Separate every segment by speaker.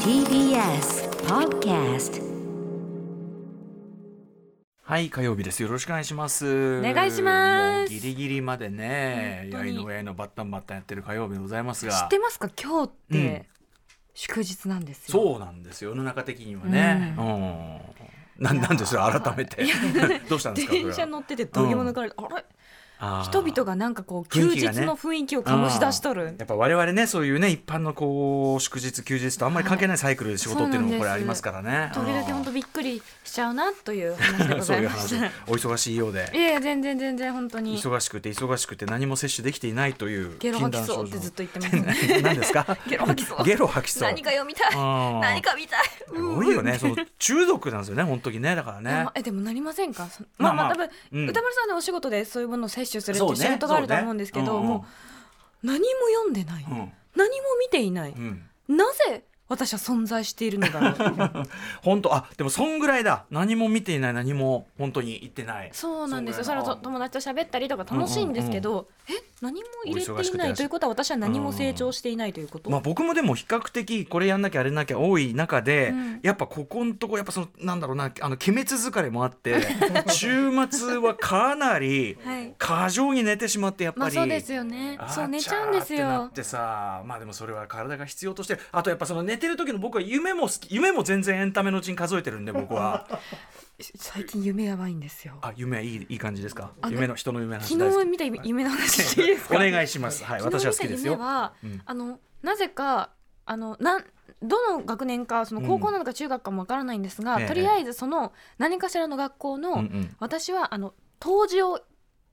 Speaker 1: TBS Podcast
Speaker 2: はい、火曜日です。よろしくお願いします。
Speaker 3: お願いします
Speaker 2: もうギリギリまで
Speaker 3: 本
Speaker 2: ね、や
Speaker 3: 当
Speaker 2: い
Speaker 3: に
Speaker 2: のやいのバッタンバッタンやってる火曜日でございますが。
Speaker 3: 知ってますか今日っ
Speaker 2: うん
Speaker 3: て祝日なんですよ、
Speaker 2: そうなんですよ、世の中的にはね。うん。なん、なんですよ、改めて。 どうしたんですか、
Speaker 3: 電車乗っててどぎも抜かれて、あれ人々
Speaker 2: が。
Speaker 3: がなんかこう
Speaker 2: 雰
Speaker 3: 休
Speaker 2: 囲気がね
Speaker 3: 日の雰囲気を醸し出しとる、
Speaker 2: やっぱ我々ね、そういうね、一般のこう祝日休日とあんまり関係ないサイクルで仕事っていうのもこれありますからね。
Speaker 3: 時々本当びっくりしちゃうなという話で
Speaker 2: う
Speaker 3: ご
Speaker 2: んそ
Speaker 3: ざ
Speaker 2: う
Speaker 3: い
Speaker 2: いう
Speaker 3: ま
Speaker 2: 話
Speaker 3: した。い。
Speaker 2: お忙しいようで。
Speaker 3: えいえ全然全然本当に
Speaker 2: 忙しくて忙しくて何も摂取できていないという
Speaker 3: ゲロ
Speaker 2: 禁
Speaker 3: 吐き
Speaker 2: 断
Speaker 3: そ
Speaker 2: 症
Speaker 3: うって
Speaker 2: 状
Speaker 3: ずっと言ってますね
Speaker 2: 何ですか
Speaker 3: ゲロ吐きそう
Speaker 2: ゲロ吐きそう
Speaker 3: 何か読みたい
Speaker 2: うん
Speaker 3: 何か見たい
Speaker 2: 多いよねその中毒なんですよね本当にねだから
Speaker 3: で
Speaker 2: ね
Speaker 3: もえでもなりませんかそまあ
Speaker 2: ま
Speaker 3: ま
Speaker 2: あ
Speaker 3: あ
Speaker 2: まあ
Speaker 3: 多分、
Speaker 2: うん
Speaker 3: 歌丸さんのお仕事でそういうものを摂取するってい
Speaker 2: そ
Speaker 3: うう
Speaker 2: ね
Speaker 3: 仕事があると思うんですけど、
Speaker 2: そうね
Speaker 3: もう何も読んでない、
Speaker 2: うん
Speaker 3: 何も見ていない、
Speaker 2: うん
Speaker 3: なぜ私は存在しているのだろ う
Speaker 2: 本当あでもそんぐらいだ何も見ていない何も本当に言ってない
Speaker 3: そうなんですよ
Speaker 2: そ
Speaker 3: そう
Speaker 2: だ
Speaker 3: れ
Speaker 2: よな
Speaker 3: はと友達と喋ったりとか楽しいんですけど、え何も入れ
Speaker 2: お忙
Speaker 3: い
Speaker 2: してくて
Speaker 3: ない
Speaker 2: らっしゃ
Speaker 3: ということは私は何も成長していないということ、
Speaker 2: まあ、僕もでも比較的これやんなきゃあれなきゃ多い中で、
Speaker 3: うん
Speaker 2: やっぱここのとこやっぱそのなんだろうなあの鬼滅疲れもあって 週末はかなり
Speaker 3: はい
Speaker 2: 過剰に寝てしまってやっぱり、
Speaker 3: まあそうですよね
Speaker 2: あー
Speaker 3: そう寝ちゃうんです
Speaker 2: ちゃーってな
Speaker 3: よ
Speaker 2: ってさまあでもそれは体が必要としてるあとやっぱその寝てる時の僕は夢も好き夢も全然エンタメのうちに数えてるんで 僕は
Speaker 3: 最近夢やばいんですよ
Speaker 2: あ夢いいいい感じですか
Speaker 3: あの
Speaker 2: 夢の人の夢の話大好
Speaker 3: 昨日
Speaker 2: き
Speaker 3: 見た夢の話していいですか
Speaker 2: お願いしますはい
Speaker 3: 昨
Speaker 2: 私
Speaker 3: 日
Speaker 2: は
Speaker 3: 見
Speaker 2: 好
Speaker 3: た
Speaker 2: きですよ
Speaker 3: 夢は、
Speaker 2: うん
Speaker 3: あのなぜかあのなんどの学年かその高校なのか中学かもわからないんですが、
Speaker 2: ええ
Speaker 3: とりあえずその何かしらの学校の、
Speaker 2: うんうん
Speaker 3: 私はあの当時を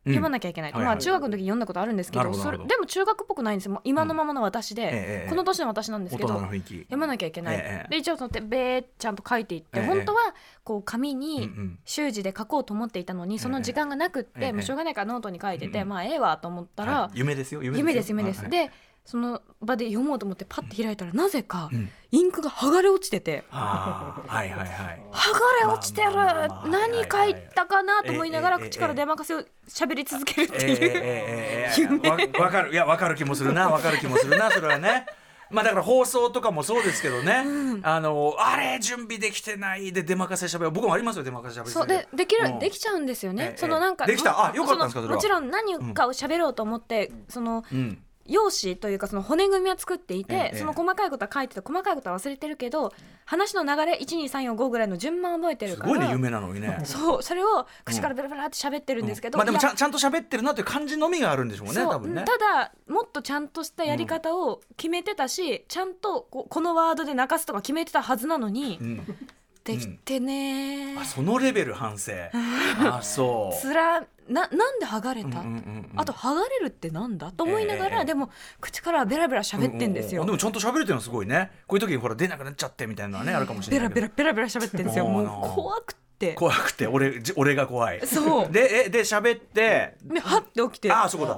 Speaker 3: 読ま
Speaker 2: うん
Speaker 3: なきゃいけない、
Speaker 2: はいはい
Speaker 3: まあ、中学の時読んだことあるんですけ
Speaker 2: なる
Speaker 3: ど
Speaker 2: ほどな
Speaker 3: それ
Speaker 2: るほど
Speaker 3: でも中学っぽくないんですよもう今のままの私
Speaker 2: え
Speaker 3: で、
Speaker 2: えええ
Speaker 3: この年の私なんです
Speaker 2: 大
Speaker 3: けど
Speaker 2: 人の
Speaker 3: 読
Speaker 2: 雰囲気
Speaker 3: まなきゃいけない、
Speaker 2: ええええ
Speaker 3: で一応そのてべーちゃんと書いていって、
Speaker 2: ええ
Speaker 3: 本当はこう紙
Speaker 2: うんう
Speaker 3: に
Speaker 2: ん
Speaker 3: 習字で書こうと思っていたのに、その時間がなくって、
Speaker 2: ええ
Speaker 3: もうしょうがないからノートに書いてて、
Speaker 2: うんうん
Speaker 3: まあええわと思ったら、
Speaker 2: はい夢ですよ夢
Speaker 3: 夢です夢です、
Speaker 2: はい
Speaker 3: でその場で読もうと思ってパッて開いたら、なぜか
Speaker 2: うん
Speaker 3: インクが剥がれ落ちてて。
Speaker 2: あーはいはいはい
Speaker 3: 剥がれ落ちてる、
Speaker 2: まあまあまあ
Speaker 3: 何書いたかなと思いながら
Speaker 2: ええええ
Speaker 3: 口から出まかせを喋り続けるっ
Speaker 2: え
Speaker 3: て
Speaker 2: ええ
Speaker 3: いう、
Speaker 2: えええええわわかるいやわかる気もするなわかる気もするなそれはね。まあだから放送とかもそうですけどね、あのあれ準備できてないで出任せしゃべる僕もありますよ出任せしゃべり
Speaker 3: そうでできる、
Speaker 2: うん
Speaker 3: できちゃうんですよね、
Speaker 2: ええ
Speaker 3: そのなんか
Speaker 2: できたあよかったんですか
Speaker 3: その
Speaker 2: それは
Speaker 3: もちろん何かを喋ろうと思って、その
Speaker 2: うん、
Speaker 3: 用紙というかその骨組みは作っていて
Speaker 2: え、え
Speaker 3: その細かいことは書いてて細かいことは忘れてるけど話の流れ1235ぐらいの順番を覚えてる
Speaker 2: す
Speaker 3: から
Speaker 2: ごいね夢なのにね。
Speaker 3: そうそれを口からベラベラって喋ってるんですけど、
Speaker 2: まあでもち
Speaker 3: いや
Speaker 2: ゃんちゃんと喋ってるなという感じのみがあるんでしょうね
Speaker 3: そう
Speaker 2: 多分ね。
Speaker 3: ただもっとちゃんとしたやり方を決めてたし、ちゃんとここのワードで泣かすとか決めてたはずなのに、
Speaker 2: うん、
Speaker 3: できてね
Speaker 2: あ
Speaker 3: ー
Speaker 2: そのレベル反省。あそう。
Speaker 3: つらななんで剥がれ
Speaker 2: うんう
Speaker 3: た、
Speaker 2: んうんうん
Speaker 3: あと剥がれるってなんだと思いながら、
Speaker 2: ええ
Speaker 3: でも口からベラベラ喋ってんですよ、
Speaker 2: うううでもちゃんと喋れてるのすごいね。こういう時にほら出なくなっちゃってみたいなのはねあるかもしれ
Speaker 3: ベ
Speaker 2: な
Speaker 3: ラ
Speaker 2: いけど。
Speaker 3: ベラベラベラ喋ってんですよも
Speaker 2: もう
Speaker 3: う怖くって
Speaker 2: 怖くて俺じ俺が怖い。
Speaker 3: そう
Speaker 2: でえで喋って
Speaker 3: ではって起きて
Speaker 2: ああそこだ。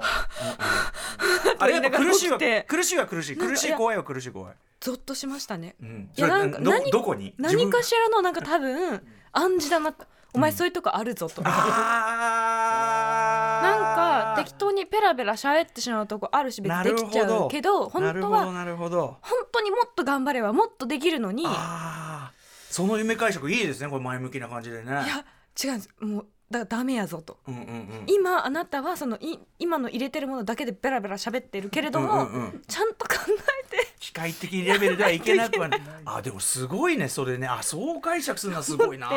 Speaker 2: あれやっぱ苦しい
Speaker 3: なんか起き
Speaker 2: わ
Speaker 3: て
Speaker 2: 苦しいわ苦しい
Speaker 3: なんか
Speaker 2: 苦しい怖いわ苦しい怖い。
Speaker 3: ゾッとしましたね
Speaker 2: うん。
Speaker 3: いや
Speaker 2: それ
Speaker 3: なんか
Speaker 2: ど
Speaker 3: 何
Speaker 2: どこに
Speaker 3: 何か
Speaker 2: し
Speaker 3: しらのなんか多分暗示だなとお前そういうとこあるぞと、なん
Speaker 2: あー
Speaker 3: か適当にペラペラ喋ってしまうとこあるし別にできちゃうけど
Speaker 2: な
Speaker 3: 本
Speaker 2: る
Speaker 3: 当
Speaker 2: ほど
Speaker 3: は
Speaker 2: なるほど。
Speaker 3: 本当にもっと頑張ればもっとできるのにい
Speaker 2: ああその夢解釈いいですねこれ前向きな感じでね。
Speaker 3: や違うんですもうだからダメやぞと
Speaker 2: うんうんうん。
Speaker 3: 今あなたはそのい今の入れてるものだけでベラベラ喋ってるけれども、
Speaker 2: うんうんうん
Speaker 3: ちゃんと考えて
Speaker 2: 機械的レベルではいけな くはない。あでもすごいねそれねあそう解釈するのはすごい な。。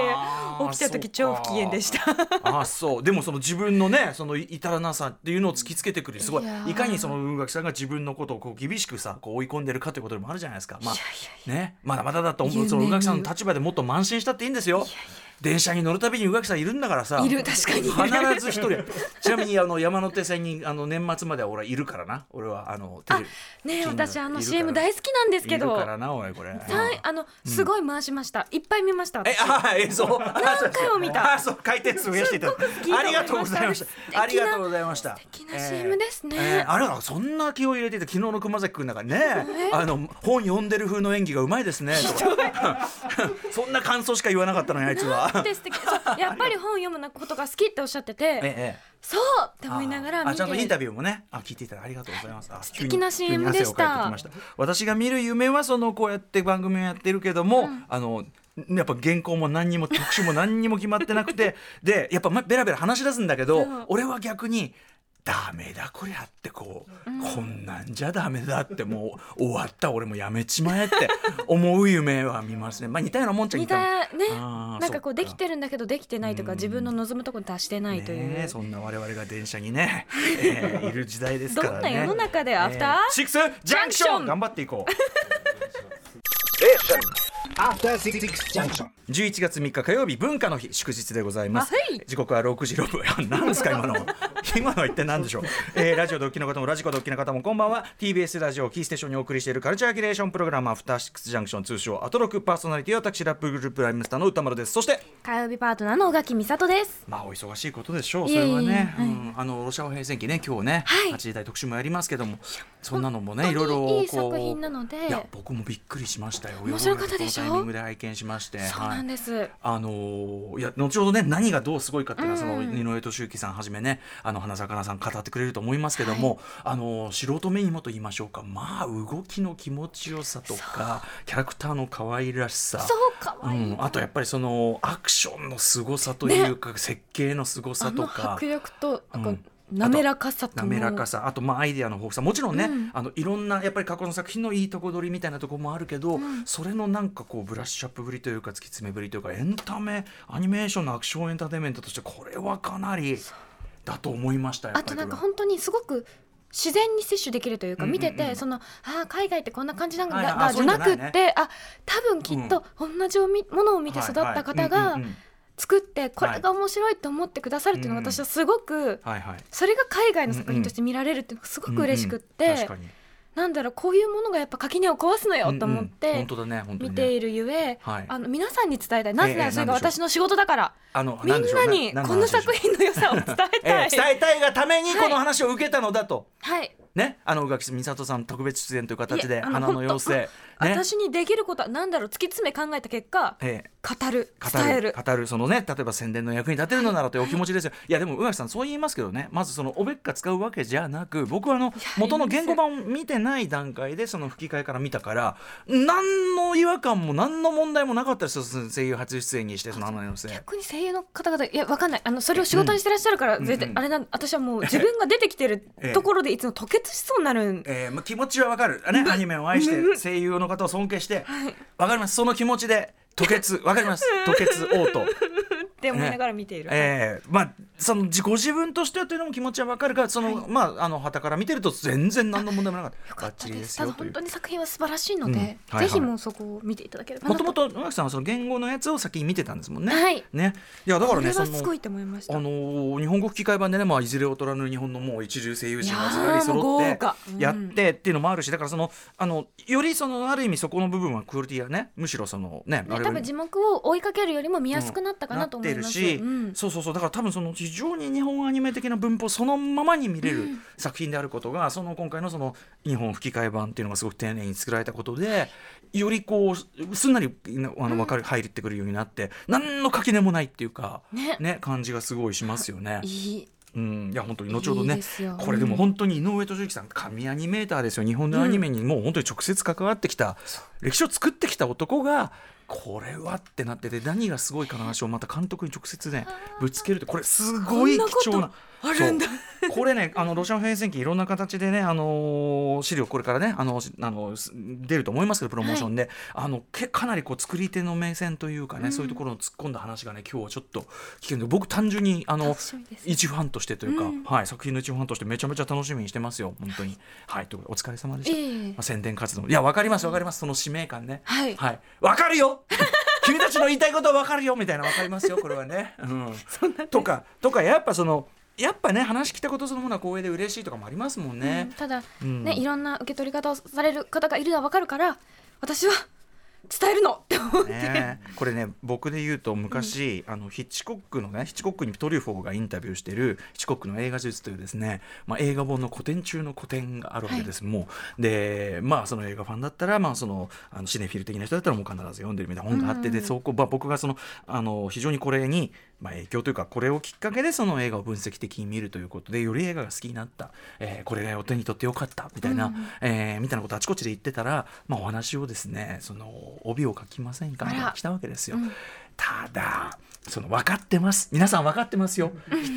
Speaker 3: 起きた時超不機嫌でしたた。
Speaker 2: あそうでもその自分のねその至らなさっていうのを突きつけてくるすごい
Speaker 3: いや
Speaker 2: い
Speaker 3: ー
Speaker 2: かにその文学さんが自分のことをこう厳しくさこう追い込んでるかということでもあるじゃないですか、まあね、まだまだだと思
Speaker 3: 言
Speaker 2: う
Speaker 3: う
Speaker 2: その
Speaker 3: ね
Speaker 2: 文学さんの立場でもっと慢心したっていいんですよ。電車に乗るたびに宇垣さんいるんだからさ
Speaker 3: いる確かに
Speaker 2: 必ず一人ちなみにあの山手線にあの年末までは俺はいるからな俺はあのテレビ
Speaker 3: ねえ
Speaker 2: 金額
Speaker 3: 私あ
Speaker 2: いるから
Speaker 3: の CM 大好きなんですけ
Speaker 2: いる
Speaker 3: ど
Speaker 2: からなおいこれ。
Speaker 3: さいあのすごい回しました、いっぱい見ました
Speaker 2: え、あ、え、そう。何
Speaker 3: 回も見た
Speaker 2: あ、そう、回転数増やしていただい
Speaker 3: すっごく好き
Speaker 2: て。
Speaker 3: な
Speaker 2: ありがとうございまし
Speaker 3: 素敵
Speaker 2: た。
Speaker 3: な
Speaker 2: ありがとうございまし
Speaker 3: 素
Speaker 2: た。
Speaker 3: 敵な CM ですね
Speaker 2: えーあれはそんな気を入れていて、昨日の熊崎くんなんかね、あの本読んでる風の演技がうまいですね。とか そんな 感想しか言わなかったのにあいつは。
Speaker 3: なんて素敵そうやっぱり本読むことが好きっておっしゃってて、
Speaker 2: ええ
Speaker 3: そうって思いながら見
Speaker 2: あ
Speaker 3: て
Speaker 2: ちゃんとインタビューもねあ聞いていただいてありがとうございます、あ急
Speaker 3: 素
Speaker 2: に
Speaker 3: 敵な CM
Speaker 2: 急に汗をかいてきました
Speaker 3: で
Speaker 2: 私が見る夢はそのこうやって番組をやってるけども、あのやっぱ原稿も何にも特集も何にも決まってなくてでやっぱまベラベラ話し出すんだけど、
Speaker 3: うん
Speaker 2: 俺は逆にダメだこりゃってこう、こんなんじゃダメだってもう終わった俺もやめちまえって思う夢は見ますねまあ似たようなもんちゃ
Speaker 3: 似
Speaker 2: 似たようなもん
Speaker 3: たね
Speaker 2: あー
Speaker 3: なんかこ
Speaker 2: そ
Speaker 3: う
Speaker 2: っか
Speaker 3: できてるんだけどできてないとか自分の望むところに達してないという、
Speaker 2: ねえそんな我々が電車にね、えーいる時代ですか
Speaker 3: ど
Speaker 2: らね
Speaker 3: んな世の中でアフター
Speaker 2: シックスジャンクシ
Speaker 3: ジャンクシ
Speaker 2: ョ
Speaker 3: ョ
Speaker 2: ン
Speaker 3: ン
Speaker 2: 頑張って いこう
Speaker 1: After Six Junction.
Speaker 2: 11月3日火曜日文化の日祝日でございます、
Speaker 3: あはい
Speaker 2: 時刻は6時6分何ですか今 の今のは一体何でしょう、えーラジオドッキの方もラジコドッキの方もこんばんは TBS ラジオキーステーションにお送りしているカルチャーキュレーションプログラムアフターシックスジャンクション通称アトロクパーソナリティは私ラップグループライムスターの歌丸ですそして
Speaker 3: 火曜日パートナーの小垣美里です
Speaker 2: まあお忙しいことでしょう。そ
Speaker 3: いえいえ
Speaker 2: れはね、
Speaker 3: はい
Speaker 2: うんあのロシア平戦記ね、今日ね、
Speaker 3: はい
Speaker 2: 8時台特集もやりますけども、そんなのもね、い
Speaker 3: 本当
Speaker 2: ろい
Speaker 3: に
Speaker 2: ろこう
Speaker 3: いい作品なので
Speaker 2: いや僕もびっくりしましたよ。
Speaker 3: 面白かったでしょ
Speaker 2: このタイミングで拝見しまして、
Speaker 3: そうなん
Speaker 2: はい。
Speaker 3: です、
Speaker 2: あのーいや後ほどね何がどうすごいかっていうのは、
Speaker 3: うん
Speaker 2: その井上俊之さんはじめねあの花咲かなさん語ってくれると思いますけども、あのー素人目にもと言いましょうかまあ動きの気持ちよさとかキャラクターの可愛らしさ
Speaker 3: そうかわいい、
Speaker 2: うん、あとやっぱりそのアクションの凄さというか、設計の凄さ
Speaker 3: あ
Speaker 2: と
Speaker 3: の
Speaker 2: か
Speaker 3: 迫。力と、
Speaker 2: うん
Speaker 3: なんか滑らかさと
Speaker 2: 滑らかさあとまあアイデアの豊富さもちろんね、
Speaker 3: うん
Speaker 2: あのいろんなやっぱり過去の作品のいいとこ取りみたいなとこもあるけど、それのなんかこうブラッシュアップぶりというか突き詰めぶりというかエンタメアニメーションのアクションエンターテインメントとしてこれはかなりだと思いましたや
Speaker 3: あ
Speaker 2: っぱ
Speaker 3: と
Speaker 2: り
Speaker 3: なんか本当にすごく自然に摂取できるというか
Speaker 2: うんうんう
Speaker 3: 見て
Speaker 2: ん
Speaker 3: てそのああ海外ってこんな感じなん
Speaker 2: はい
Speaker 3: だ
Speaker 2: はいあ
Speaker 3: だじゃな
Speaker 2: そうい
Speaker 3: く
Speaker 2: うのじゃない
Speaker 3: てあ多分きっと同じをみものを見て育った方
Speaker 2: はいはい
Speaker 3: が
Speaker 2: うんうんうん
Speaker 3: 作ってこれが面白いと思ってくださるっていうの
Speaker 2: うん
Speaker 3: が私はすごく
Speaker 2: はいはい
Speaker 3: それが海外の作品として見られるっていうのがすごく嬉しくっ
Speaker 2: うんうん確
Speaker 3: て
Speaker 2: かに
Speaker 3: なんだろうこういうものがやっぱ垣根を壊すのよと思っ
Speaker 2: うんうん
Speaker 3: て
Speaker 2: 本当だね本当に
Speaker 3: 見
Speaker 2: ね
Speaker 3: ているゆえ
Speaker 2: はい
Speaker 3: あの皆さんに伝えたいなぜな
Speaker 2: ええ
Speaker 3: らそれが
Speaker 2: なんでしょう
Speaker 3: 私の仕事だから
Speaker 2: あの
Speaker 3: みん
Speaker 2: んでしょう
Speaker 3: なに
Speaker 2: な
Speaker 3: この作
Speaker 2: なんでしょう
Speaker 3: 品の良さを伝え
Speaker 2: え
Speaker 3: た
Speaker 2: ー
Speaker 3: い。
Speaker 2: 伝えたいがために
Speaker 3: はい
Speaker 2: この話を受けたのだと、
Speaker 3: はい
Speaker 2: ね、あの宇垣美里さん特別出演という形
Speaker 3: い
Speaker 2: で
Speaker 3: えあの
Speaker 2: 花の妖精、ね、
Speaker 3: 私にできることは何だろう突き詰め考えた結果、
Speaker 2: ええ
Speaker 3: 語る
Speaker 2: 語
Speaker 3: 伝え
Speaker 2: る
Speaker 3: る
Speaker 2: 語るそのね例えば宣伝の役に立てるのならというお気持ちですよ、い、やでも宇垣さんそう言いますけどねまずそのおべっか使うわけじゃなく僕はあの元の言語版を見てない段階でその吹き替えから見たから何の違和感も何の問題もなかったですよその声優初出演にしてその花の妖精。
Speaker 3: 逆に声優の方々いやわかんないあのそれを仕事にしてらっしゃるから、
Speaker 2: うん
Speaker 3: 絶対
Speaker 2: うんうん
Speaker 3: あれなん私は もう自分が出てきてる
Speaker 2: ええ
Speaker 3: ところでいつも吐血しそうになるん、
Speaker 2: えーまあ、気持ちはわかる、ね、アニメを愛して声優の方を尊敬してわかりますその気持ちで吐血わかります吐血嘔吐
Speaker 3: って思いながら見ている、
Speaker 2: ええまあその自ご自分としてはというのも気持ちはわかるがその、まああの旗から見てると全然何の問題もなかった。
Speaker 3: よか
Speaker 2: バッ
Speaker 3: っ
Speaker 2: チ
Speaker 3: た
Speaker 2: リ
Speaker 3: です
Speaker 2: です
Speaker 3: た
Speaker 2: よ
Speaker 3: だ
Speaker 2: とい
Speaker 3: 本
Speaker 2: う
Speaker 3: 当。に作品は素晴らしいので、
Speaker 2: うんはいはい
Speaker 3: ぜひもうそこを見ていただければ
Speaker 2: も
Speaker 3: な
Speaker 2: と
Speaker 3: と
Speaker 2: もと野垣さんはその言語のやつを先に見てたんですもんね。
Speaker 3: はい
Speaker 2: ね。いやだから
Speaker 3: こ
Speaker 2: ね
Speaker 3: れ
Speaker 2: そ
Speaker 3: は
Speaker 2: の
Speaker 3: すごいと思いました
Speaker 2: あのー日本語吹き替え版でね、まあ、いずれ劣らぬ日本のもう一流声優陣がずらり
Speaker 3: いやーも
Speaker 2: 揃
Speaker 3: う
Speaker 2: っ
Speaker 3: 豪華うん
Speaker 2: てやってっていうのもあるしだからそのあのよりそのある意味そこの部分はクオリティがねむしろそのねあ
Speaker 3: ね
Speaker 2: れ
Speaker 3: 多分字幕を追いかけるよりも見やすくなったかなと思います、
Speaker 2: なってるし、
Speaker 3: うん
Speaker 2: そうそうそうだから多分その非常に日本アニメ的な文法そのままに見れる作品であることが、その今回のその日本吹き替え版っていうのがすごく丁寧に作られたことでよりこうすんなりあの分かる、入ってくるようになって何の垣根もないっていうか、
Speaker 3: ね
Speaker 2: 感じがすごいしますよね。
Speaker 3: いい
Speaker 2: うん、いや本当に後ほどね
Speaker 3: いいですよ
Speaker 2: これでも本当に井上俊之さん神アニメーターですよ日本のアニメにもう本当に直接関わってきた、歴史を作ってきた男がこれはってなってて何がすごいかの話をまた監督に直接ねぶつけるってこれすごい貴重な。
Speaker 3: あるんだ
Speaker 2: そうこれねあのロシアの変遷期いろんな形でね、あのー資料これからねあのしあのす出ると思いますけどプロモーションで、あのけかなりこう作り手の目線というかね、そういうところの突っ込んだ話がね今日はちょっと聞けるので僕単純にあの
Speaker 3: 楽しみです
Speaker 2: 一ファンとしてというか、
Speaker 3: うん
Speaker 2: はい、作品の一ファンとしてめちゃめちゃ楽しみにしてますよ本当に。はい、ということでお疲れ様でした。
Speaker 3: ええ
Speaker 2: まあ、宣伝活動いやわかりますわかりますその使命感ね。
Speaker 3: はい
Speaker 2: はい、わかるよ 君たちの言いたいことはわかるよみたいなわかりますよこれはね。 うん、とかとかやっぱそのやっぱね話聞いたことそのものは光栄で嬉しいとかもありますもんね。
Speaker 3: ただ、
Speaker 2: うん
Speaker 3: ねいろんな受け取り方をされる方がいるのは分かるから私は伝えるのって思って、
Speaker 2: ねえ、これね僕で言うと昔、あのヒッチコックのねヒッチコックにトリュフォーがインタビューしてるヒッチコックの映画術というですね、まあ、映画本の古典中の古典があるわけです、もうでまあその映画ファンだったら、まあ、そのあのシネフィル的な人だったらもう必ず読んでるみたいな本があって、でそこ、まあ、僕がそのあの非常にこれに、まあ、影響というかこれをきっかけでその映画を分析的に見るということでより映画が好きになった、えーこれがお手に取ってよかったみたいな、えーみたいなことあちこちで言ってたら、まあ、お話をですねその帯を書きませんか
Speaker 3: あら
Speaker 2: みたいな来たわけですよ。ただその分かってます皆さん分かってますよ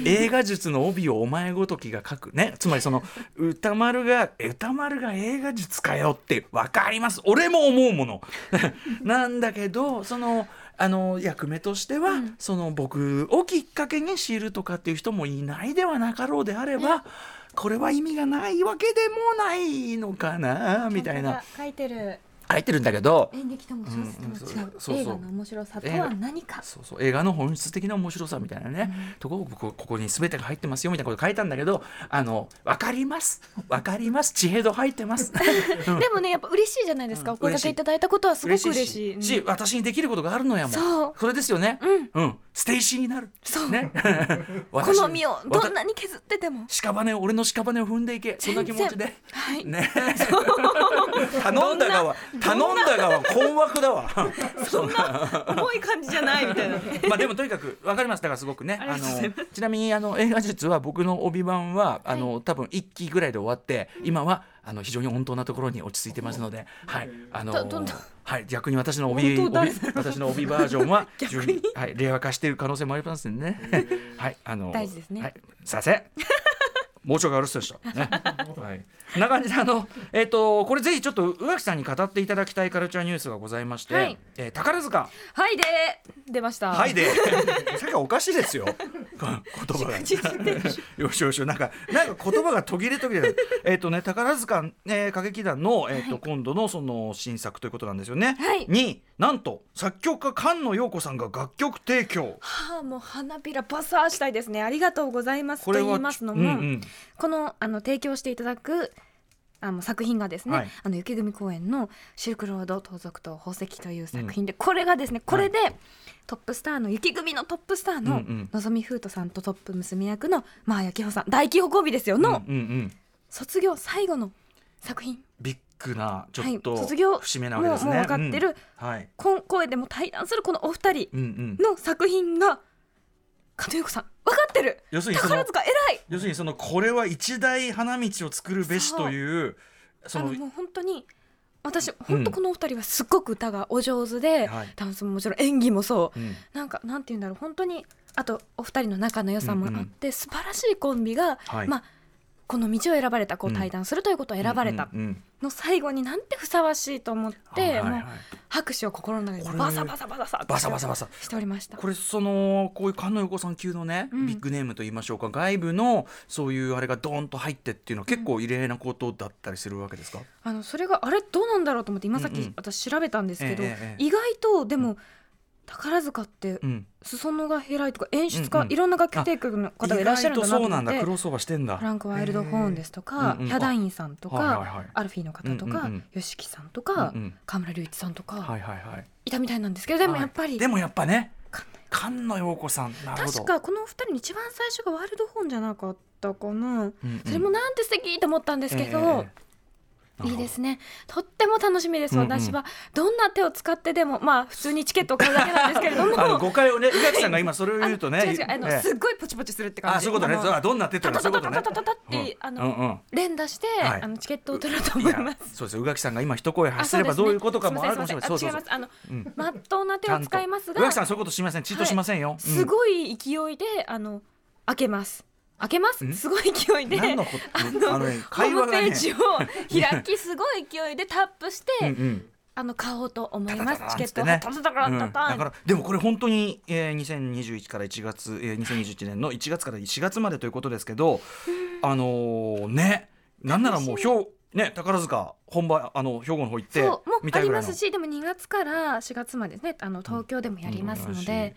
Speaker 2: 映画術の帯をお前ごときが書くねつまりその歌丸が歌丸が映画術かよって分かります俺も思うものなんだけどそのあの役目としては、その僕をきっかけに知るとかっていう人もいないではなかろうであればこれは意味がないわけでもないのかなみたいな
Speaker 4: 書いてる
Speaker 2: 書いてるんだけど
Speaker 4: 演劇とも小説とも違
Speaker 2: うん
Speaker 4: う,、
Speaker 2: そうそう
Speaker 4: 映画の面白さとは何か
Speaker 2: そうそう映画の本質的な面白さみたいなね、とこをここここに全てが入ってますよみたいなこと書いたんだけどあの分かります分かります地平道入ってます。うん
Speaker 3: でもねやっぱ嬉しいじゃないですか、
Speaker 2: うん
Speaker 3: お声掛けいただいたことは すごく嬉しい
Speaker 2: し
Speaker 3: うん
Speaker 2: 私にできることがあるのやもん
Speaker 3: そう
Speaker 2: れですよねうん、ステイシーになるそう ね私
Speaker 3: 好みをどんなに削ってても
Speaker 2: 屍を俺の屍を踏んでいけそんな気持ちで
Speaker 3: はい
Speaker 2: ね頼んだ側頼んだ側困惑だわ
Speaker 3: そんな重い感じじゃないみたい な
Speaker 2: まあでもとにかくわかりますだからすごくね
Speaker 3: ありがとうございます
Speaker 2: のちなみにあの映画術は僕の帯版はあの多分一期ぐらいで終わって今はあの非常に温当なところに落ち着いてますのではいあの
Speaker 3: どどんどん
Speaker 2: はい逆に私の帯
Speaker 3: 本当だ
Speaker 2: 帯私の帯バージョ ンは順にはい令和化している可能性もありますんでねはいあの
Speaker 3: 大事ですね
Speaker 2: はいさ せ傍聴がよろしそうでした。ね、はい。こんな感じであのえっ、とこれぜひちょっと宇垣さんに語っていただきたいカルチャーニュースがございまして、
Speaker 3: はい
Speaker 2: えー宝塚
Speaker 3: はいで出ました
Speaker 2: はいで、さっきはおかしいですよ。こ言葉が。よしよし、なんか、なんか言葉が途切れ途 切れ。えっとね、宝塚、えー、歌劇団の、えっ、と、今度のその新作ということなんですよね。
Speaker 3: はい
Speaker 2: に、なんと、作曲家菅野陽子さんが楽曲提供。
Speaker 3: はあもう花びらバサーしたいですねありがとうございますと言いますの
Speaker 2: うんう
Speaker 3: も、
Speaker 2: ん、
Speaker 3: このあの提供していただくあの作品がですね、
Speaker 2: はい
Speaker 3: あの雪組公演の「シルクロード盗賊と宝石」という作品で、これがですねこれで、トップスターの雪組のトップスター
Speaker 2: うん
Speaker 3: の
Speaker 2: うん
Speaker 3: のぞみふうとさんとトップ娘役のまあやきほさん大輝ほびですよ
Speaker 2: うん、
Speaker 3: の
Speaker 2: うんうん。
Speaker 3: 卒業最後の作品
Speaker 2: ビッグな、ちょっと、
Speaker 3: はい卒業
Speaker 2: 節目なわけですね。
Speaker 3: もうもう分かってる
Speaker 2: うんはい。
Speaker 3: 今公演でも対談するこのお二人
Speaker 2: うんうん。
Speaker 3: の作品が加藤由子さん分かってる
Speaker 2: 要するにその
Speaker 3: 宝塚偉い
Speaker 2: 要するにそのこれは一大花道を作るべしというそ
Speaker 3: あの
Speaker 2: の
Speaker 3: もう本当に私本当このお二人はすっごく歌がお上手で、
Speaker 2: はい
Speaker 3: ダンスももちろん演技もそう、
Speaker 2: うん
Speaker 3: なんかなんて言うんだろう本当にあとお二人の仲の良さもあっ
Speaker 2: う
Speaker 3: て、
Speaker 2: ん
Speaker 3: 素晴らしいコンビが、
Speaker 2: はい
Speaker 3: まあこの道を選ばれたこ
Speaker 2: う
Speaker 3: うん対談するということを選ばれた
Speaker 2: うんうんうん
Speaker 3: の最後になんてふさわしいと思って、
Speaker 2: はいはいはい
Speaker 3: もう拍手を心の中
Speaker 2: こ
Speaker 3: で
Speaker 2: れ
Speaker 3: バサバサバサ
Speaker 2: バサバサバサ
Speaker 3: しておりました。
Speaker 2: これそのこういう菅野横さん級のね、
Speaker 3: うん
Speaker 2: ビッグネームと言いましょうか外部のそういうあれがドーンと入ってっていうのは結構異例なことだったりするわけですか、
Speaker 3: あのそれがあれどうなんだろうと思って今さっ
Speaker 2: うんう
Speaker 3: き
Speaker 2: ん
Speaker 3: 私調べたんですけど、
Speaker 2: ええええ
Speaker 3: 意外とでも宝塚って
Speaker 2: うん、
Speaker 3: 裾野が広いとか演出
Speaker 2: うん
Speaker 3: 家
Speaker 2: うん
Speaker 3: いろんな楽器提供の方がいらっしゃるんだなと
Speaker 2: 意外とそう
Speaker 3: 思
Speaker 2: な
Speaker 3: っ
Speaker 2: んだ
Speaker 3: て
Speaker 2: クロスオーバーしてんだ
Speaker 3: フランク・ワイルド・ホーンですと
Speaker 2: う
Speaker 3: か
Speaker 2: んうん
Speaker 3: ヒャダインさんと
Speaker 2: はいはいは
Speaker 3: か
Speaker 2: い
Speaker 3: アルフィーの方と
Speaker 2: うんう
Speaker 3: か
Speaker 2: んうん
Speaker 3: 吉木さんとか
Speaker 2: うんうん
Speaker 3: 河村隆一さんと
Speaker 2: は
Speaker 3: か
Speaker 2: いはいはい
Speaker 3: いたみたいなんですけどでもやっぱ
Speaker 2: はい
Speaker 3: り
Speaker 2: でもやっぱね
Speaker 3: かん
Speaker 2: 菅野陽子さんなるほど
Speaker 3: 確かこのお二人に一番最初がワイルド・ホーンじゃなかったかな
Speaker 2: うんうん
Speaker 3: それもなんて素敵と思ったんですけ
Speaker 2: ええええ
Speaker 3: ど
Speaker 2: ええ
Speaker 3: いいですねとっても楽しみです
Speaker 2: うんうん
Speaker 3: 私はどんな手を使ってでもまあ普通にチケットを買うだけなんですけれど
Speaker 2: あの
Speaker 3: も
Speaker 2: 誤解をね宇垣さんが今それを言うとね
Speaker 3: あの違う違うあの
Speaker 2: ええ
Speaker 3: すっごいポチポチするって感じ
Speaker 2: あそういうことね
Speaker 3: の
Speaker 2: そうあどんな手っていう
Speaker 3: タ
Speaker 2: の
Speaker 3: タ
Speaker 2: はそ
Speaker 3: タ
Speaker 2: うい
Speaker 3: タ
Speaker 2: うこと
Speaker 3: タタ
Speaker 2: ね
Speaker 3: タタってあ
Speaker 2: う
Speaker 3: の
Speaker 2: んうん
Speaker 3: 連打して、
Speaker 2: はい
Speaker 3: あのチケットを取ろうと
Speaker 2: い
Speaker 3: 思い
Speaker 2: や
Speaker 3: ます。
Speaker 2: そうです宇垣さんが今一声
Speaker 3: あ
Speaker 2: 発す
Speaker 3: そ
Speaker 2: れ
Speaker 3: で
Speaker 2: ば
Speaker 3: すね
Speaker 2: どういうことかもあるかもし
Speaker 3: す
Speaker 2: れない
Speaker 3: ませんすませんあ違います。あの、
Speaker 2: うん
Speaker 3: まっとうな手を使います
Speaker 2: 宇垣さ
Speaker 3: が、
Speaker 2: んそういうことしません。チートしませんよ。
Speaker 3: す
Speaker 2: い。
Speaker 3: ごい勢いであの開けます。開けます。
Speaker 2: ん
Speaker 3: すごい勢いで。
Speaker 2: 何のこと
Speaker 3: あの
Speaker 2: あのね
Speaker 3: ホ
Speaker 2: 会
Speaker 3: ーム
Speaker 2: 話がね
Speaker 3: ページを開きすごい勢いでタップして、
Speaker 2: うんうん
Speaker 3: あの買おうと思い
Speaker 2: タ
Speaker 3: ま
Speaker 2: タ
Speaker 3: す
Speaker 2: タタ
Speaker 3: チケ
Speaker 2: ン
Speaker 3: ットを
Speaker 2: ね
Speaker 3: タタタタ
Speaker 2: うん
Speaker 3: タ
Speaker 2: だ
Speaker 3: タン
Speaker 2: からでもこれ本当に、えー、2021から1月、えー、2021年の1月から4月までということですけど、あのーねなんならもう兵ね宝塚本場あの兵庫の方行って
Speaker 3: そうもう
Speaker 2: み
Speaker 3: あ
Speaker 2: たい
Speaker 3: り
Speaker 2: ぐら
Speaker 3: ま
Speaker 2: いの
Speaker 3: すしでも2月から4月までですねあの東京でもやりますので、
Speaker 2: うんうん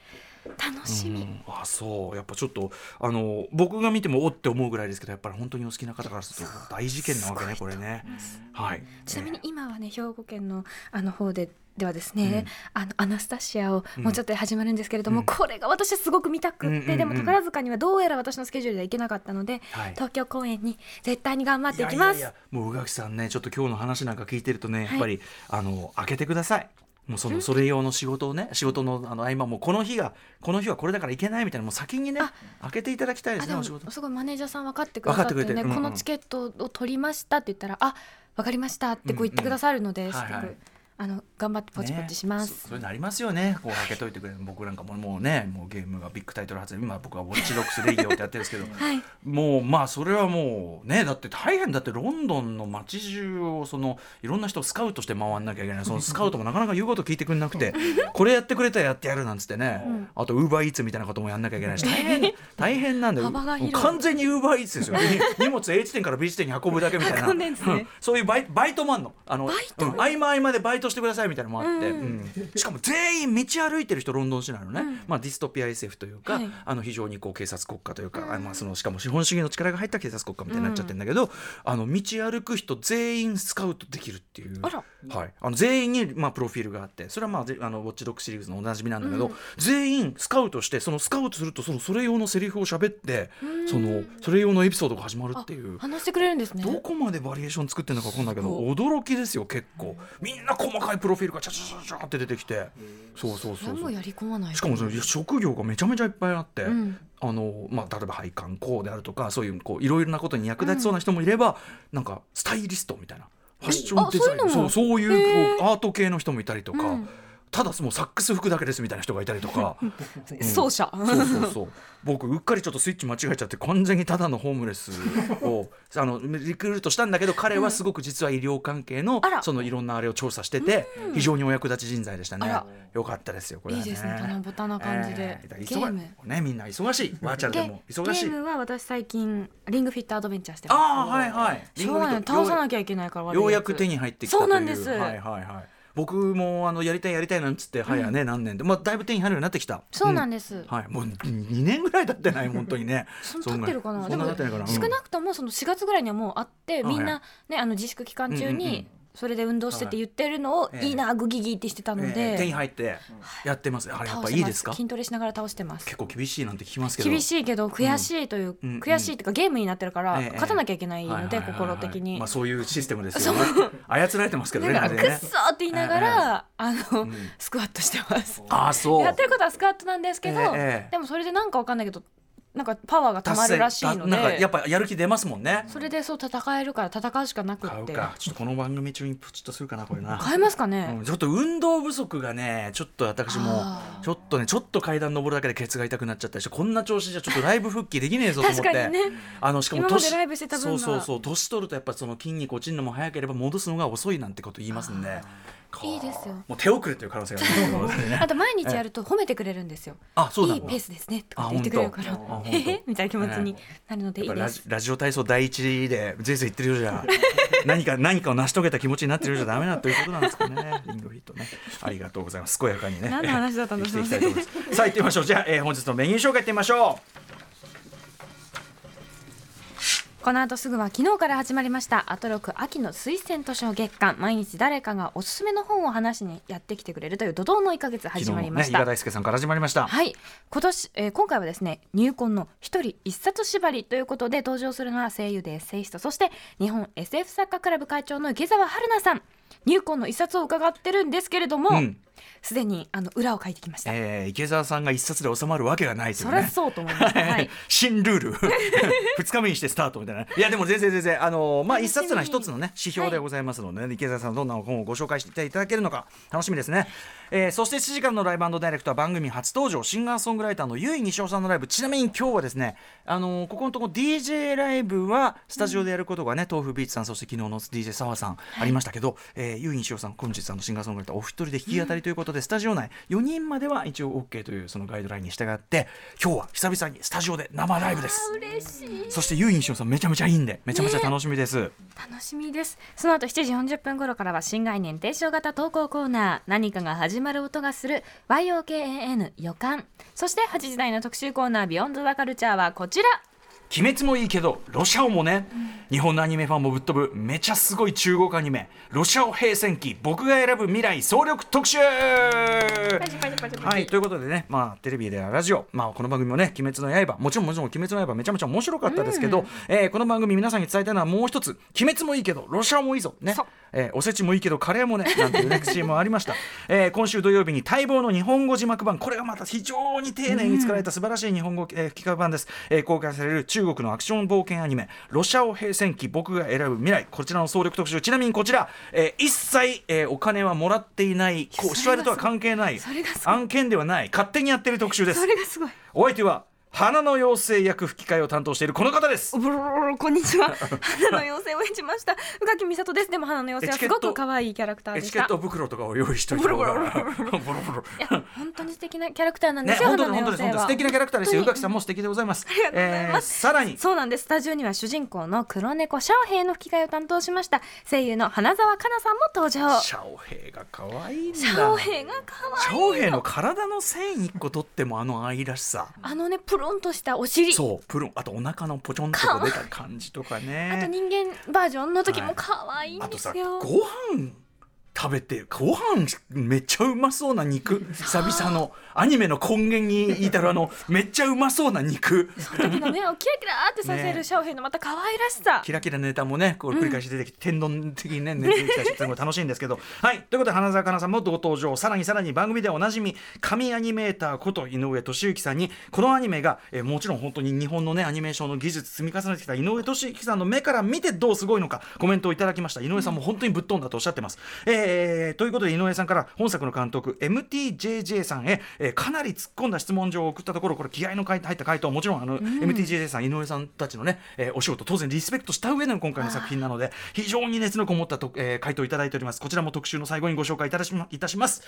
Speaker 3: 楽しみ、
Speaker 2: うんあそうやっぱちょっとあの僕が見てもおって思うぐらいですけどやっぱり本当にお好きな方からすると大事件なわけねこれねはい
Speaker 3: ちなみ
Speaker 2: ね
Speaker 3: に今はね兵庫県のあの方でではですね、あのアナスタシアをもうちょっとで始まるんですけれども、
Speaker 2: うん
Speaker 3: これが私すごく見たくって、
Speaker 2: うんうんうん
Speaker 3: でも宝塚にはどうやら私のスケジュールでは行けなかったので、
Speaker 2: はい
Speaker 3: 東京公演に絶対に頑張っ
Speaker 2: い
Speaker 3: てい
Speaker 2: や
Speaker 3: き
Speaker 2: いや
Speaker 3: ま
Speaker 2: い
Speaker 3: す
Speaker 2: やもう宇垣さんねちょっと今日の話なんか聞いてるとねやっぱり、あの開けてくださいもうそのそれ用の仕事をね仕事のあの合間もうこの日がこの日はこれだからいけないみたいなもう先にね開けていただきたいで
Speaker 3: あ
Speaker 2: す
Speaker 3: で
Speaker 2: ね
Speaker 3: も
Speaker 2: お仕事
Speaker 3: すごいマネージャーさん分かってくださってね
Speaker 2: 分かってくれてるうん
Speaker 3: このチケットを取りましたって言ったらあ分かりましたってこう言ってくださるので、
Speaker 2: んうん
Speaker 3: すごく、
Speaker 2: はいはい
Speaker 3: あの頑張ってポチポ
Speaker 2: ね
Speaker 3: チします、
Speaker 2: そそういうのありますよねこう開けといてくれる僕なんかももうねもうゲームがビッグタイトル発売今僕はウォッチドックスレイオってやってるんですけど、
Speaker 3: はい
Speaker 2: もうまあそれはもうねだって大変だってロンドンの街中をそのいろんな人をスカウトして回んなきゃい けないそのスカウトもなかなか言うこと聞いてくれなくてこれやってくれたらやってやるなんつってね、あとウーバーイーツみたいなこともやんなきゃいけないし大変大変なんだよ
Speaker 3: 幅が広い
Speaker 2: もう完全にウーバーイー ツですよ荷物 A 地点から B 地点に運ぶだけみたいな、
Speaker 3: 運んでんですね
Speaker 2: うんそういうバイバイトもあんのあの、うん合間合間でバイトしてくださいみたいなのもあって、
Speaker 3: うん
Speaker 2: うんしかも全員道歩いてる人ロンドン市内のね、まあ、ディストピア SF というか、
Speaker 3: はい
Speaker 2: あの非常にこう警察国家というか、あまあ、そのしかも資本主義の力が入った警察国家みたいになっちゃってるんだけど、あの道歩く人全員スカウトできるっていう。
Speaker 3: あら
Speaker 2: はい、あの全員に、まあ、プロフィールがあってそれは、まあ、ぜあのウォッチドッグシリーズのおなじみなんだけど、全員スカウトしてそのスカウトするとそのそれ用のセリフを喋ってそのそれ用のエピソードが始まるっていう
Speaker 3: 話してくれるんですね
Speaker 2: どこまでバリエーション作ってるのか分かんないけど
Speaker 3: すご
Speaker 2: 驚きですよ結構みんな細かいプロフィールがチャチャチャチャって出てきてそうそう
Speaker 3: それ
Speaker 2: そ
Speaker 3: は
Speaker 2: う
Speaker 3: も
Speaker 2: そうう
Speaker 3: やり込まない
Speaker 2: しかもその職業がめちゃめちゃいっぱいあって、
Speaker 3: ん
Speaker 2: あのまあ、例えば配管工であるとかそういうこういろいろなことに役立ちそうな人もいれば、なんかスタイリストみたいなファッションデザイン
Speaker 3: あそういうの
Speaker 2: そ
Speaker 3: も
Speaker 2: うそういうこうアート系の人もいたりとか、
Speaker 3: うん
Speaker 2: ただもうサックス服だけですみたいな人がいたり とか。
Speaker 3: 奏者、
Speaker 2: そうそうそう僕うっかりちょっとスイッチ間違えちゃって完全にただのホームレスをあのリクルートしたんだけど彼はすごく実は医療関係の
Speaker 3: あら
Speaker 2: そのいろんなあれを調査してて非常にお役立ち人材でしたね
Speaker 3: あら
Speaker 2: よかったですよこれ
Speaker 3: い
Speaker 2: はい
Speaker 3: ですね棚ぼたな感じで、
Speaker 2: えーだから
Speaker 3: ゲー
Speaker 2: 忙
Speaker 3: ム
Speaker 2: ねみんな忙しいバーチャルでも忙し
Speaker 3: ゲ
Speaker 2: い
Speaker 3: ームは私最近リングフィットアドベンチャーしてま
Speaker 2: ああはいはい
Speaker 3: すしょうがない倒さな
Speaker 2: き
Speaker 3: きゃいけないから悪い
Speaker 2: ようやく手に入ってきたという
Speaker 3: そうなんです
Speaker 2: はいはいはい僕もあのやりたいやりたいなんつって早ね何年でまあだいぶ手に入るようになってきた
Speaker 3: そうなん
Speaker 2: で
Speaker 3: です、
Speaker 2: はい、もう2年ぐらい経ってない、本当にね。
Speaker 3: その経ってるかな
Speaker 2: そんぐらいそんな経
Speaker 3: で
Speaker 2: ってないかな。
Speaker 3: も少なくともその4月ぐらいにはもうあって、
Speaker 2: うん
Speaker 3: みんなねあの自粛期間中
Speaker 2: うんうんうん
Speaker 3: にそれで運動してって言ってるのを、
Speaker 2: はい
Speaker 3: い、いなグギギってしてた
Speaker 2: うん
Speaker 3: ので、
Speaker 2: えー手に入ってやってます。あれやっ
Speaker 3: 倒
Speaker 2: ぱ
Speaker 3: し
Speaker 2: い
Speaker 3: て
Speaker 2: い
Speaker 3: ま
Speaker 2: ですすか。
Speaker 3: 筋トレしながら倒してます
Speaker 2: 結構厳しいなんて聞きますけど。
Speaker 3: 厳しいけど悔しいという、
Speaker 2: うんうん
Speaker 3: 悔しいっていうかゲームになってるから、
Speaker 2: ええ
Speaker 3: 勝たなきゃいけない
Speaker 2: はい
Speaker 3: の
Speaker 2: はい
Speaker 3: で、
Speaker 2: はいはい
Speaker 3: 心的に、
Speaker 2: まあそういうシステムですよね。操られてますけどね。
Speaker 3: なんか
Speaker 2: あれ
Speaker 3: くっ
Speaker 2: ね
Speaker 3: そーって言いながら、あの、
Speaker 2: ん
Speaker 3: スクワットしてます
Speaker 2: ああそう。
Speaker 3: やってることはスクワットなんですけど、
Speaker 2: ええ
Speaker 3: でもそれでなんかわかんないけどなんかパワーがたまるらしいの
Speaker 2: 達成なんかや
Speaker 3: で
Speaker 2: っぱやる気出ますもんね。
Speaker 3: それでそう戦えるから戦うしかなく
Speaker 2: 買
Speaker 3: っ
Speaker 2: う
Speaker 3: て
Speaker 2: か。ちょっとこの番組中にプチッとするかなこれな。
Speaker 3: 買えますかね、
Speaker 2: うんちょっと運動不足がねちょっと私も
Speaker 3: あ
Speaker 2: ちょっとねちょっと階段登るだけでケツが痛くなっちゃったりしてこんな調子じゃちょっとライブ復帰できねえぞと思って
Speaker 3: 確かにね
Speaker 2: あのしかも
Speaker 3: 今までライブしてた分
Speaker 2: そう
Speaker 3: が
Speaker 2: そうそう年取るとやっぱその筋肉落ちるのも早ければ戻すのが遅いなんてこと言いますんでこう
Speaker 3: いいですよ
Speaker 2: もう手遅れという可能性があります よね
Speaker 3: あと毎日やると褒めてくれるんですよ。
Speaker 2: あそうだ
Speaker 3: いいペースですねとかって言ってくれるか
Speaker 2: あ
Speaker 3: ら、
Speaker 2: 本当
Speaker 3: へへみたいな気持ちになるのでい
Speaker 2: や
Speaker 3: い
Speaker 2: っぱラ
Speaker 3: で
Speaker 2: ジ
Speaker 3: す。
Speaker 2: ラジオ体操第一でぜいぜい言ってるよう じゃ何か何かを成し遂げた気持ちになってるようじゃダメだということなんですかねリングフィットねありがとうございます健やかにね
Speaker 3: 何の話だったんだ
Speaker 2: 生きてい きたいと思いますさあ行ってみましょうじゃあ、えー本日のメニュー紹介行ってみましょ
Speaker 3: この後すぐは昨日から始まりましたアトロク秋の推薦図書月間毎日誰かがおすすめの本を話しにやってきてくれるという怒涛の1ヶ月
Speaker 2: う
Speaker 3: 始まり
Speaker 2: 昨日
Speaker 3: ま
Speaker 2: ね
Speaker 3: し
Speaker 2: 伊
Speaker 3: た。
Speaker 2: 賀大輔さんから始まりました
Speaker 3: はい今年、えー今回はですね入魂の一人一冊縛りということで登場するのは声優でエッセイストそして日本 SF 作家クラブ会長の池澤春菜さん入魂の一冊を伺ってるんですけれども
Speaker 2: うん
Speaker 3: すで、にあの裏を書いてきました、
Speaker 2: えー池澤さんが一冊で収まるわけがないとい
Speaker 3: そうりゃ
Speaker 2: ね
Speaker 3: そうと思いました、はい
Speaker 2: 新ルール二日目にしてスタートみたいないやでも全然全然あのまあ
Speaker 3: 楽しみ
Speaker 2: 一冊の一つのね指標でございますので、ね池澤さんどんな本をご紹介していただけるのか楽しみですね、えーそして7時間のライブダイレクトは番組初登場シンガーソングライターの結井西尾さんのライブちなみに今日はですねあのここのとこ DJ ライブはスタジオでやることがね、豆腐ビーチさんそして昨日の DJ 澤さんありましたけど、えー結井西尾さん本日あのシンガーソングライターお一人で弾き語りということでスタジオ内4人までは一応 OK というそのガイドラインに従って今日は久々にスタジオで生ライブです
Speaker 4: 嬉しい。
Speaker 2: そしてユインシオンさんめちゃめちゃいいんでめちゃめちゃ楽しみです、
Speaker 3: 楽しみですその後7時40分頃からは新概念提唱型投稿コーナー何かが始まる音がする YOKAN 予感そして8時台の特集コーナービヨンドザカルチャーはこちら
Speaker 2: 鬼滅もいいけどロシアオもね、日本のアニメファンもぶっ飛ぶめちゃすごい中国アニメ「ロシアオ平戦記僕が選ぶ未来総力特集」はいということでね、まあ、テレビではラジオ、まあ、この番組もね「鬼滅の刃」もちろんもちろん「鬼滅の刃」めちゃめちゃ面白かったですけど、えーこの番組皆さんに伝えたいのはもう一つ「鬼滅もいいけどロシアオもいいぞ」ね
Speaker 3: そう
Speaker 2: えーおせちもいいけどカレーもね」なんていうレクシーもありました、 えー今週土曜日に待望の日本語字幕版これがまた非常に丁寧に作られた素晴らしい日本語、えー吹き替え版です、えー公開される中国のアクション冒険アニメ「ロシアを平戦記僕が選ぶ未来」こちらの総力特集ちなみにこちら、えー一切、えーお金はもらっていないこうシュワルとは関係ない
Speaker 3: それがすごい
Speaker 2: 案件ではない勝手にやってる特集です
Speaker 3: それがすごい
Speaker 2: お相手は花の妖精役吹き替えを担当しているこの方です
Speaker 3: おぼろろろろこんにちは花の妖精を演じました宇垣美里ですでも花の妖精はすごく可愛いキャラクター
Speaker 2: エ
Speaker 3: で
Speaker 2: チ
Speaker 3: し
Speaker 2: ケッ
Speaker 3: た
Speaker 2: ト袋とかを用意しといた方がボロボロ
Speaker 3: いや本当に素敵なキャラクターなんで
Speaker 2: ね、
Speaker 3: すよ、
Speaker 2: 本当
Speaker 3: 花
Speaker 2: に
Speaker 3: の
Speaker 2: 本当
Speaker 3: 妖精
Speaker 2: です本当です
Speaker 3: は
Speaker 2: 素敵なキャラクターですよ宇
Speaker 3: 本当に
Speaker 2: 垣さんも素敵でございます
Speaker 3: りがとうございます
Speaker 2: えーさらに
Speaker 3: そうなんですスタジオには主人公の黒猫シャオヘイの吹き替えを担当しました声優の花澤香菜さんも登場シ
Speaker 2: シャオヘイが可愛いんだ
Speaker 3: ャオヘイが可愛い
Speaker 2: シャオヘイの体の線一個取ってもあの愛らしさ
Speaker 3: あのねプロンとしたお尻
Speaker 2: そうプロンあとお腹のポチョンとこ出た感じとか
Speaker 3: あと
Speaker 2: ね
Speaker 3: 人間バージョンの時も可愛いん
Speaker 2: あと
Speaker 3: です
Speaker 2: さ
Speaker 3: よ、
Speaker 2: ご飯食べてご飯めっちゃうまそうな肉久々のアニメの根源にいたらあのめっちゃうまそうな肉
Speaker 3: その時の目をキラキラーってさせ
Speaker 2: ね
Speaker 3: るシャオヘイのまた可愛らしさ、
Speaker 2: キラキラネタもね、こう繰り返し出てきて、天丼的にね、出てきたりして、すごい楽しいんですけど。はい、ということで、花澤香菜さんも同登場、さらにさらに番組ではおなじみ、神アニメーターこと井上俊之さんに、このアニメが、えーもちろん本当に日本のね、アニメーションの技術積み重ねてきた井上俊之さんの目から見てどうすごいのか、コメントをいただきました。井上さんも本当にぶっ飛んだとおっしゃってます。えーということで、井上さんから本作の監督、MTJJ さんへ、えーかなり突っ込んだ質問状を送ったところ、これ気合の入った回答、もちろんあの、MTJJ さん、井上さんたちのね、えーお仕事、当然リスペクトした上での今回の作品なので、非常に熱のこもったと、えー回答をいただいております。こちらも特集の最後にご紹介いただしまいたします。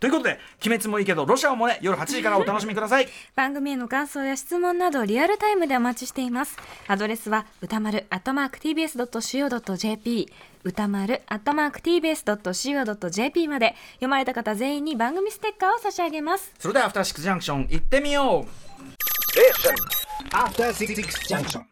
Speaker 2: ということで、鬼滅もいいけど、ロシアもね、夜8時からお楽しみください。
Speaker 3: 番組への感想や質問などリアルタイムでお待ちしていますアドレスは歌丸 atmarktbs.co.jp 歌丸 atmarktbs.co.jp まで読まれた方全員に番組ステッカーを差し上げます
Speaker 2: それでは、アフターシックスジャンクション、行ってみよう
Speaker 1: After Six Junction.